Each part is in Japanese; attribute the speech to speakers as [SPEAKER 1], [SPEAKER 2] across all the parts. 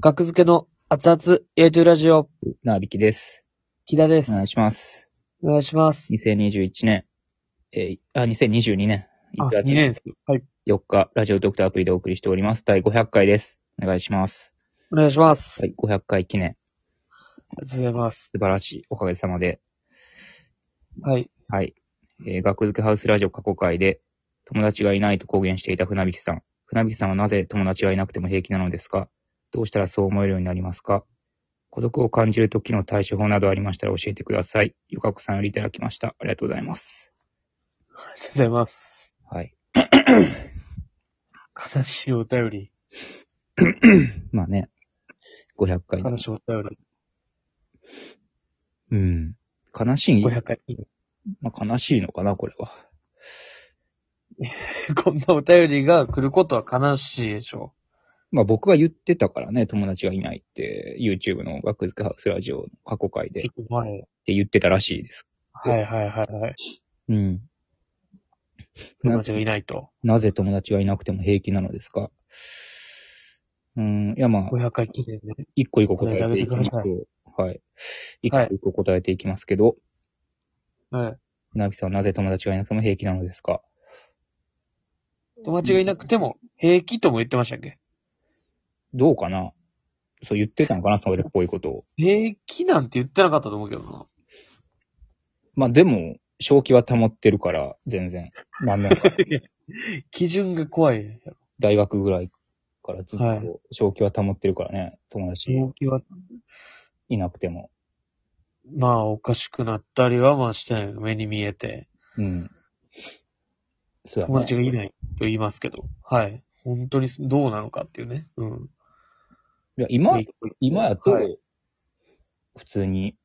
[SPEAKER 1] 学付けの熱々、エイトゥラジオ、
[SPEAKER 2] なあびきです。
[SPEAKER 1] 木田です
[SPEAKER 2] お。願いします。
[SPEAKER 1] お願いします。
[SPEAKER 2] 2021年、えーあ、2022年、
[SPEAKER 1] あ、
[SPEAKER 2] 1
[SPEAKER 1] 2
[SPEAKER 2] 月
[SPEAKER 1] 年生。はい。
[SPEAKER 2] 4日、ラジオドクターアプリでお送りしております。第500回です。お願いします。
[SPEAKER 1] お願いします。あ
[SPEAKER 2] はい、500回記念、
[SPEAKER 1] りがとうございます。
[SPEAKER 2] 素晴らしい、おかげさまで。
[SPEAKER 1] はい。
[SPEAKER 2] はい。えー、学付けハウスラジオ過去回で、友達がいないと公言していた船引さん。船引さんはなぜ友達がいなくても平気なのですかどうしたらそう思えるようになりますか孤独を感じる時の対処法などありましたら教えてください。ゆかこさんよりいただきました。ありがとうございます。
[SPEAKER 1] ありがとうございます。
[SPEAKER 2] はい。
[SPEAKER 1] 悲しいお便り。
[SPEAKER 2] まあね、500回。
[SPEAKER 1] 悲しいお便り。
[SPEAKER 2] うん。悲しい、
[SPEAKER 1] 500回。
[SPEAKER 2] まあ、悲しいのかな、これは。
[SPEAKER 1] こんなお便りが来ることは悲しいでしょ
[SPEAKER 2] まあ僕が言ってたからね、友達がいないって、YouTube の学付けハウスラジオの過去回
[SPEAKER 1] う。
[SPEAKER 2] でっ
[SPEAKER 1] 結構前。
[SPEAKER 2] て言ってたらしいです。
[SPEAKER 1] はいはいはいはい。
[SPEAKER 2] うん。
[SPEAKER 1] 友達がいないと。
[SPEAKER 2] なぜ友達がいなくても平気なのですかうん、いやまあ、
[SPEAKER 1] 500回記念で。
[SPEAKER 2] 一個一個答えていきま
[SPEAKER 1] 答えてあ
[SPEAKER 2] す。はい。一
[SPEAKER 1] はい
[SPEAKER 2] 個一個答えていきますけど、
[SPEAKER 1] はい。
[SPEAKER 2] 船木さんなぜ友達がいなくても平気なのですか
[SPEAKER 1] 友達がいなくても平気とも言ってましたっけ
[SPEAKER 2] どうかなそう言ってたのかな、それっぽいことを。
[SPEAKER 1] 平気なんて言ってなかったと思うけどな。
[SPEAKER 2] まあでも、正気は保ってるから、全然。何年 か。
[SPEAKER 1] 基準が怖い。
[SPEAKER 2] 大学ぐらいからずっ
[SPEAKER 1] はい
[SPEAKER 2] と正気は保ってるからね、友達
[SPEAKER 1] 平気はい
[SPEAKER 2] なくても。
[SPEAKER 1] まあ、おかしくなったりはまあしてない。目に見えて。
[SPEAKER 2] うん。そうやね
[SPEAKER 1] 友達がいないと言いますけど。はい。本当にどうなのかっていうね。うん。
[SPEAKER 2] いや、今、今やと、
[SPEAKER 1] はい
[SPEAKER 2] 普通に、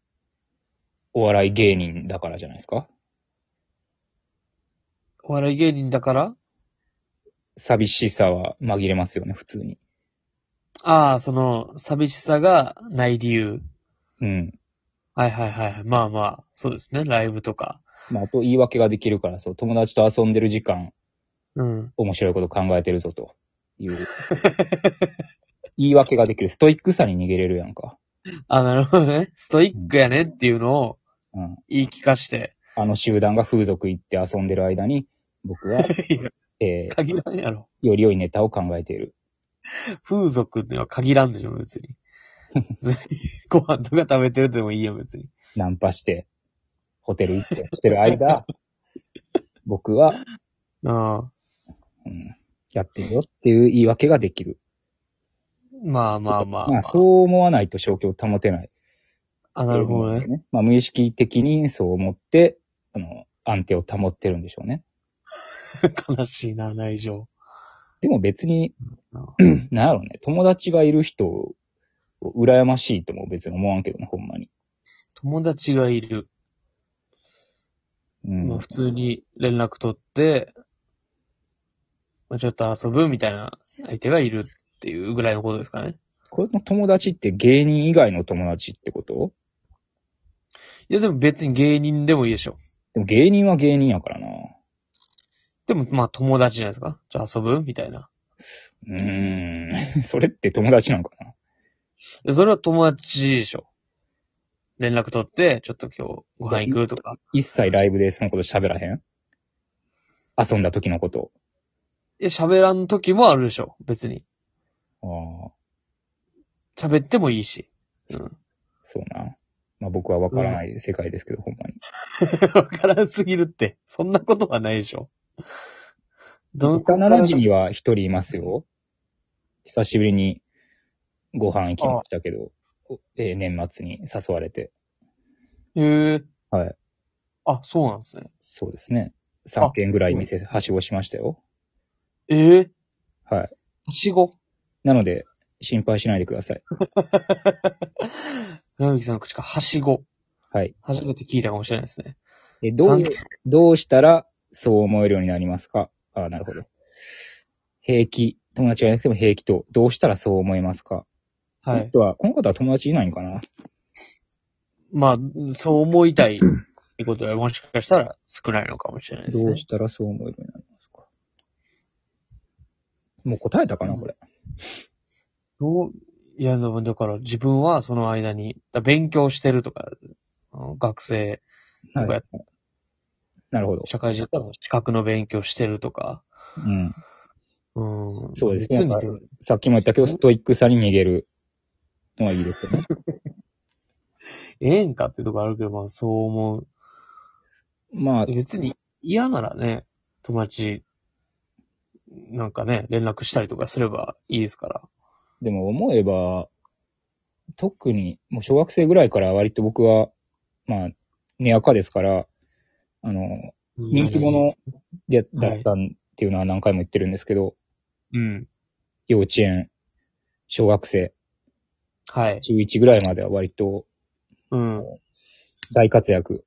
[SPEAKER 2] お笑い芸人だからじゃないですか
[SPEAKER 1] お笑い芸人だから
[SPEAKER 2] 寂しさは紛れますよね、普通に。
[SPEAKER 1] ああ、その、寂しさがない理由。
[SPEAKER 2] うん。
[SPEAKER 1] はいはいはい。まあまあ、そうですね。ライブとか。
[SPEAKER 2] まあ、あと言い訳ができるから、そう、友達と遊んでる時間、
[SPEAKER 1] うん。
[SPEAKER 2] 面白いこと考えてるぞ、という 言い訳ができる。ストイックさに逃げれるやんか。
[SPEAKER 1] あ、なるほどね。ストイックやねっていうのを
[SPEAKER 2] うん。
[SPEAKER 1] 言い聞かして。
[SPEAKER 2] あの集団が風俗行って遊んでる間に、僕は、 えー
[SPEAKER 1] 限らんやろ。
[SPEAKER 2] より良いネタを考えている。
[SPEAKER 1] 風俗には限らんでしょ、別 に。別にご飯とか食べてるでもいいよ、別に。
[SPEAKER 2] ナンパして、ホテル行ってしてる間、僕は、
[SPEAKER 1] ああ。
[SPEAKER 2] うん、やってるよっていう言い訳ができる。
[SPEAKER 1] まあまあまあ、
[SPEAKER 2] まあ、そう思わないと正気を保てない。
[SPEAKER 1] あ、なるほどね。。
[SPEAKER 2] まあ、無意識的にそう思って、あの、安定を保ってるんでしょうね。
[SPEAKER 1] 悲しいな、内情。
[SPEAKER 2] でも別に
[SPEAKER 1] あ、
[SPEAKER 2] なんやろうね、友達がいる人を羨ましいとも別に思わんけどね、ほんまに。
[SPEAKER 1] 友達がいる。
[SPEAKER 2] うん。
[SPEAKER 1] まあ普通に連絡取って、まあ、ちょっと遊ぶみたいな相手がいるっていうぐらいのことですかね。
[SPEAKER 2] この友達って芸人以外の友達ってこと
[SPEAKER 1] いやでも別に芸人でもいいでしょ。
[SPEAKER 2] でも芸人は芸人やからな。
[SPEAKER 1] でもまあ友達じゃないですか。じゃあ遊ぶみたいな。
[SPEAKER 2] うーん。 それって友達なのかな
[SPEAKER 1] でそれは友達でしょ。連絡取って、ちょっと今日ご飯行くとか。
[SPEAKER 2] 一切ライブでそのこと喋らへん遊んだ時のこと。
[SPEAKER 1] え、喋らん時もあるでしょ。別に。
[SPEAKER 2] ああ、
[SPEAKER 1] 喋ってもいいし。うん。
[SPEAKER 2] そうな。まあ僕はわからない世界ですけど、ほんまに。
[SPEAKER 1] わからんすぎるって。そんなことはないでしょ。どん
[SPEAKER 2] 幼馴染は一人いますよ。久しぶりにご飯行きましたけど、おえー年末に誘われて。
[SPEAKER 1] へえ。
[SPEAKER 2] はい。
[SPEAKER 1] あ、そうなんですね。
[SPEAKER 2] そうですね。3軒ぐらい店、はしごしましたよ。
[SPEAKER 1] ええ
[SPEAKER 2] はい。
[SPEAKER 1] はしご。
[SPEAKER 2] なので、心配しないでください。
[SPEAKER 1] ラウキさんの口からはしご。
[SPEAKER 2] はい。
[SPEAKER 1] 初めて聞いたかもしれないですね。
[SPEAKER 2] えどう
[SPEAKER 1] 三軒、
[SPEAKER 2] どうしたらそう思えるようになりますかああ、なるほど。平気。友達がいなくても平気と、どうしたらそう思えますか
[SPEAKER 1] は
[SPEAKER 2] この
[SPEAKER 1] い。
[SPEAKER 2] 人は、この方は友達いないのかな
[SPEAKER 1] まあ、そう思いたいってことは、もしかしたら少ないのかもしれないです
[SPEAKER 2] どう
[SPEAKER 1] ね。
[SPEAKER 2] したらそう思えるようになりますかもう答えたかなこれ。
[SPEAKER 1] どういや、でもだから自分はその間に、だ勉強してるとか、あの学生、
[SPEAKER 2] はい
[SPEAKER 1] やっ
[SPEAKER 2] なるほど。
[SPEAKER 1] 社会人だったら資格の勉強してるとか、
[SPEAKER 2] うん。
[SPEAKER 1] うん。
[SPEAKER 2] そうですね
[SPEAKER 1] 実にでも
[SPEAKER 2] さっきも言ったけど、ストイックさに逃げるのはいいですよね。
[SPEAKER 1] ええんかっていうとこあるけど、まあそう思う。
[SPEAKER 2] まあ、
[SPEAKER 1] 別に嫌ならね、友達、なんかね、連絡したりとかすればいいですから。
[SPEAKER 2] でも思えば、特に、もう小学生ぐらいから割と僕は、まあ、寝垢ですから、あの、人気者で、だ
[SPEAKER 1] はい
[SPEAKER 2] ったんっていうのは何回も言ってるんですけど、
[SPEAKER 1] うん。
[SPEAKER 2] 幼稚園、小学生、
[SPEAKER 1] はい。
[SPEAKER 2] 中1ぐらいまでは割と
[SPEAKER 1] うん。
[SPEAKER 2] 大活躍。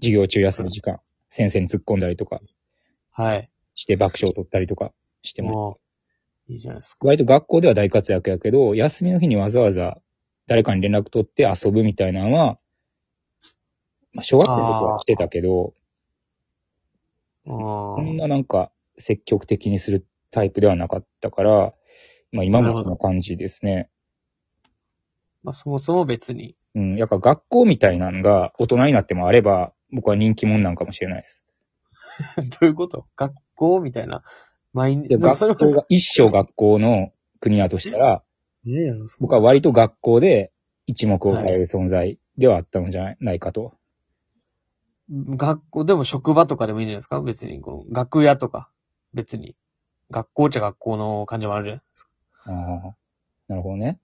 [SPEAKER 2] 授業中休む時間、先生に突っ込んだりとか
[SPEAKER 1] はい。
[SPEAKER 2] して爆笑を取ったりとかしても、
[SPEAKER 1] もう、いいじゃないですか。
[SPEAKER 2] 割と学校では大活躍やけど、休みの日にわざわざ誰かに連絡取って遊ぶみたいなのは、まあ、小学校の時はしてたけど、
[SPEAKER 1] う
[SPEAKER 2] こん
[SPEAKER 1] ん。
[SPEAKER 2] ななんか積極的にするタイプではなかったから、まあ今もその感じですね。
[SPEAKER 1] まあそもそも別に。
[SPEAKER 2] うん。やっぱ学校みたいなのが大人になってもあれば、僕は人気者なんかもしれないです。
[SPEAKER 1] どういうこと学校みたいな。毎日、
[SPEAKER 2] で
[SPEAKER 1] でもそれ
[SPEAKER 2] 学校
[SPEAKER 1] は
[SPEAKER 2] が一生学校の国だとしたら、
[SPEAKER 1] ねえやろ、そん
[SPEAKER 2] 僕は割と学校で一目置かれる存在ではあったのじゃないかと。
[SPEAKER 1] な学校、でも職場とかでもいいんじゃないですか別に、この、楽屋とか、別に。学校っちゃ学校の感じもあるじゃないですか。
[SPEAKER 2] ああ。なるほどね。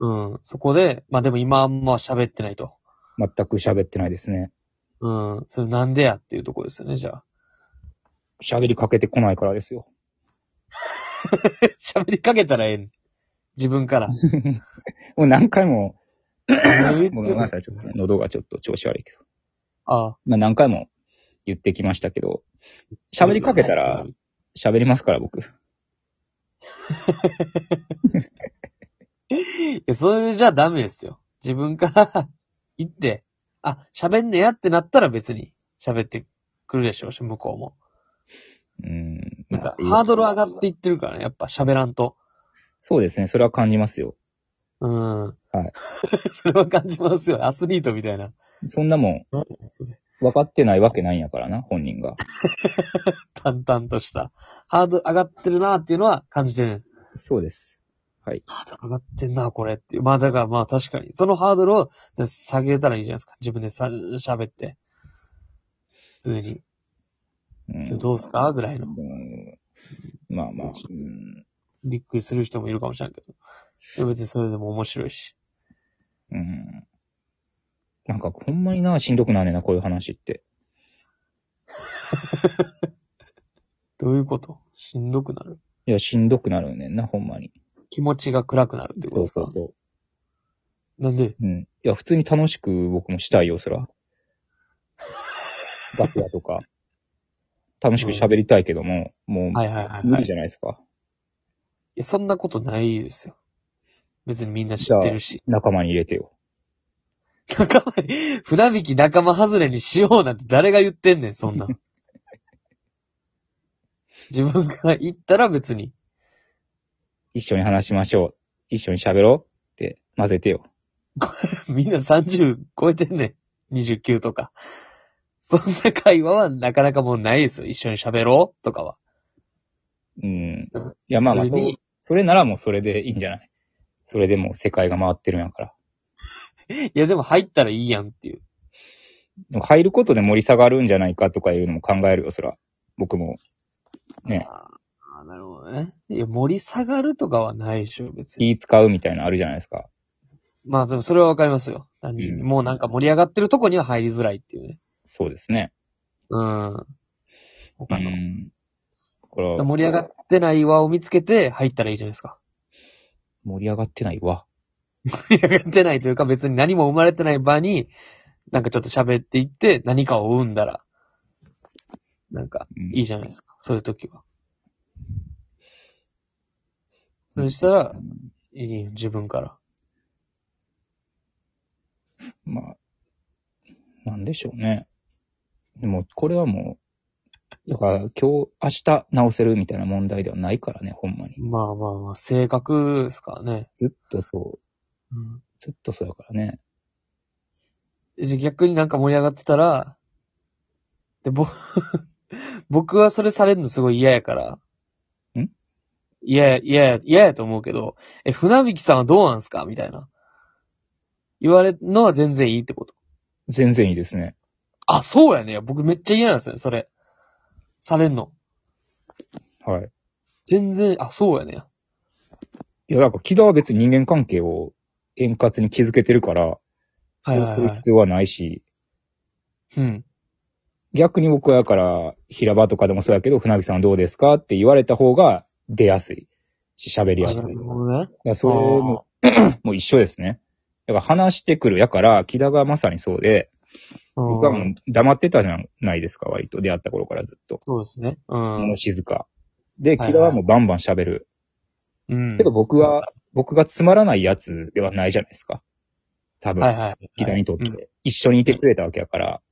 [SPEAKER 1] うん。そこで、まあでも今あんま喋ってないと。
[SPEAKER 2] 全く喋ってないですね。
[SPEAKER 1] うん。それなんでやっていうとこですよね、じゃあ。
[SPEAKER 2] 喋りかけてこないからですよ。
[SPEAKER 1] 喋りかけたらええん。自分から。
[SPEAKER 2] もう何回も、
[SPEAKER 1] 何 言っ
[SPEAKER 2] ごめ
[SPEAKER 1] て
[SPEAKER 2] んな
[SPEAKER 1] も
[SPEAKER 2] さい、ちょっとね喉がちょっと調子悪いけど。
[SPEAKER 1] あ
[SPEAKER 2] まあ何回も言ってきましたけど、喋りかけたら喋りますから僕。
[SPEAKER 1] いや、それじゃダメですよ。自分から 行って、あ、喋んねやってなったら別に喋ってくるでしょうし、向こうも。
[SPEAKER 2] うん。
[SPEAKER 1] なんか、
[SPEAKER 2] まあ
[SPEAKER 1] ハードル上がっていってるからね、やっぱ喋らんと。
[SPEAKER 2] そうですね。それは感じますよ。。
[SPEAKER 1] うん。はい それは感じますよ。アスリートみたいな。
[SPEAKER 2] そんなもん、分かってないわけないんやからな、本人が。
[SPEAKER 1] 淡々とした。ハードル上がってるなっていうのは感じてる。
[SPEAKER 2] そうです。はい。
[SPEAKER 1] ハードル上がってんな、これっていう。まあだからまあ確かに。そのハードルを下げたらいいじゃないですか。自分でさ喋って。普通に。
[SPEAKER 2] うん。
[SPEAKER 1] どうすかぐらいの。
[SPEAKER 2] うんまあまあ、うん。
[SPEAKER 1] びっくりする人もいるかもしれんけど。でも別にそれでも面白いし。
[SPEAKER 2] うん。なんか、ほんまにな、しんどくなんねんな、こういう話って。
[SPEAKER 1] どういうことしんどくなる
[SPEAKER 2] いや、しんどくなるねんな、ほんまに。
[SPEAKER 1] 気持ちが暗くなるってこ
[SPEAKER 2] そ
[SPEAKER 1] と
[SPEAKER 2] う
[SPEAKER 1] です
[SPEAKER 2] そ
[SPEAKER 1] か
[SPEAKER 2] うそ
[SPEAKER 1] なんで
[SPEAKER 2] う。うん。いや、普通に楽しく僕もしたいよ、そら。楽屋とか。楽しく喋りたいけども、も
[SPEAKER 1] はいはいは
[SPEAKER 2] う、
[SPEAKER 1] い、は
[SPEAKER 2] 無
[SPEAKER 1] い。
[SPEAKER 2] 理
[SPEAKER 1] い
[SPEAKER 2] じゃないですか。
[SPEAKER 1] や、そんなことないですよ。別にみんな知ってるし。
[SPEAKER 2] 仲間に入れてよ。
[SPEAKER 1] 仲間に、船引き仲間外れにしようなんて誰が言ってんねん、そん なん。自分から言ったら別に。
[SPEAKER 2] 一緒に話しましょう。一緒に喋ろうって混ぜてよ。
[SPEAKER 1] みんな30超えてんねん。29とか。そんな会話はなかなかもうないですよ。一緒に喋ろうとかは。
[SPEAKER 2] うん。いや、まあまあ
[SPEAKER 1] 普通
[SPEAKER 2] そ
[SPEAKER 1] に
[SPEAKER 2] う、それならもうそれでいいんじゃないそれでもう世界が回ってるんやから。
[SPEAKER 1] いや、でも入ったらいいやんっていう。
[SPEAKER 2] でも入ることで盛り下がるんじゃないかとかいうのも考えるよ、そら。僕も。ね
[SPEAKER 1] ああ、なるほどね。いや、盛り下がるとかはないでしょ、別に。
[SPEAKER 2] 気使うみたいなのあるじゃないですか。
[SPEAKER 1] まあ、でもそれはわかりますよ。単純に。
[SPEAKER 2] うん
[SPEAKER 1] もうなんか盛り上がってるとこには入りづらいっていうね。
[SPEAKER 2] そうですね。
[SPEAKER 1] うん。
[SPEAKER 2] う
[SPEAKER 1] 他の。
[SPEAKER 2] ん。これは
[SPEAKER 1] 盛り上がってない輪を見つけて入ったらいいじゃないですか。
[SPEAKER 2] 盛り上がってないわ。
[SPEAKER 1] 盛り上がってないというか別に何も生まれてない場に、なんかちょっと喋っていって何かを生んだら、なんか
[SPEAKER 2] うん
[SPEAKER 1] いいじゃないですか。そういう時は。そしたら、いいよ自分から。
[SPEAKER 2] まあ、なんでしょうね。でも、これはもだから、今日、明日直せるみたいな問題ではないからね、ほんまに。
[SPEAKER 1] まあまあまあ、性格ですからね。
[SPEAKER 2] ずっとそう、
[SPEAKER 1] うん
[SPEAKER 2] ずっとそうやからね。
[SPEAKER 1] えじゃあ逆になんか盛り上がってたら、で、ぼ、 僕はそれされるのすごい嫌やから。
[SPEAKER 2] ん
[SPEAKER 1] 嫌や、嫌や、嫌やと思うけど、え、船引さんはどうなんすかみたいな。言われるのは全然いいってこと。
[SPEAKER 2] 全然いいですね。
[SPEAKER 1] あ、そうやね。僕めっちゃ嫌なんですよね、それ。されんの。
[SPEAKER 2] はい。
[SPEAKER 1] 全然、あ、そうやね。
[SPEAKER 2] いや、だから、木田は別に人間関係を円滑に築けてるから、
[SPEAKER 1] はいはい
[SPEAKER 2] そう
[SPEAKER 1] は
[SPEAKER 2] する
[SPEAKER 1] い。
[SPEAKER 2] 必要はないし、
[SPEAKER 1] うん。
[SPEAKER 2] 逆に僕はだから、平場とかでもそうやけど、船木さんはどうですかって言われた方が出やすいし、喋りや
[SPEAKER 1] あ
[SPEAKER 2] すい。
[SPEAKER 1] な
[SPEAKER 2] だか
[SPEAKER 1] るほどね。
[SPEAKER 2] らそれも、 もう一緒ですね。だから話してくる。やから、木田がまさにそうで、
[SPEAKER 1] あー
[SPEAKER 2] 僕はも
[SPEAKER 1] う
[SPEAKER 2] うん黙ってたじゃないですか、割と。出会った頃からずっと。
[SPEAKER 1] そうですね。うん
[SPEAKER 2] もう。静か。で、
[SPEAKER 1] はいはい
[SPEAKER 2] 木田はもうバンバン喋る。
[SPEAKER 1] うん。
[SPEAKER 2] けど僕は、僕がつまらないやつではないじゃないですか。多
[SPEAKER 1] そう、はいは
[SPEAKER 2] 分、
[SPEAKER 1] いはい。
[SPEAKER 2] 木田にとって。
[SPEAKER 1] うん
[SPEAKER 2] 一緒にいてくれたわけやから、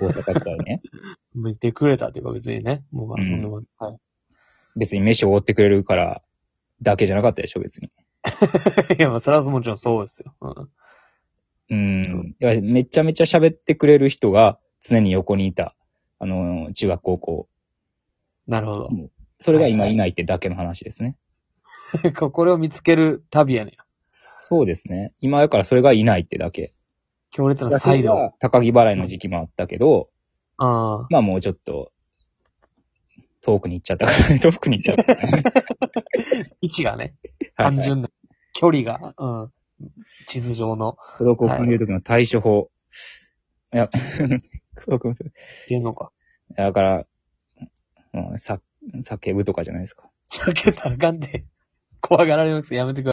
[SPEAKER 2] 大阪時 代ね。
[SPEAKER 1] 向いてくれたというか別にね、もう遊んでも、はい。
[SPEAKER 2] 別に飯を追ってくれるから、だけじゃなかったでしょ、別に。
[SPEAKER 1] いや、まあ、それはもちろんそうですよ。うん。
[SPEAKER 2] うん。
[SPEAKER 1] そう
[SPEAKER 2] いやめちゃめちゃ喋ってくれる人が常に横にいた。あの、中学高校。
[SPEAKER 1] なるほど。
[SPEAKER 2] それが今いないってだけの話ですね。
[SPEAKER 1] これを見つける旅やねん。
[SPEAKER 2] そうですね。今だからそれがいないってだけ。
[SPEAKER 1] 強烈なサイド。あ
[SPEAKER 2] 高木払いの時期もあったけど、
[SPEAKER 1] あ。
[SPEAKER 2] まあもうちょっと、遠くに行っちゃったからね。遠くに行っちゃったからね。
[SPEAKER 1] 位置がね、
[SPEAKER 2] はい
[SPEAKER 1] 単純な距離が、うん。地図上の、
[SPEAKER 2] 孤独を踏んでる時の対処法。い、や、 孤独を踏んでる
[SPEAKER 1] っていうのか。
[SPEAKER 2] だから、うん、さ、叫ぶとかじゃないですか。
[SPEAKER 1] 避けたらあかんで、怖がられますやめてください。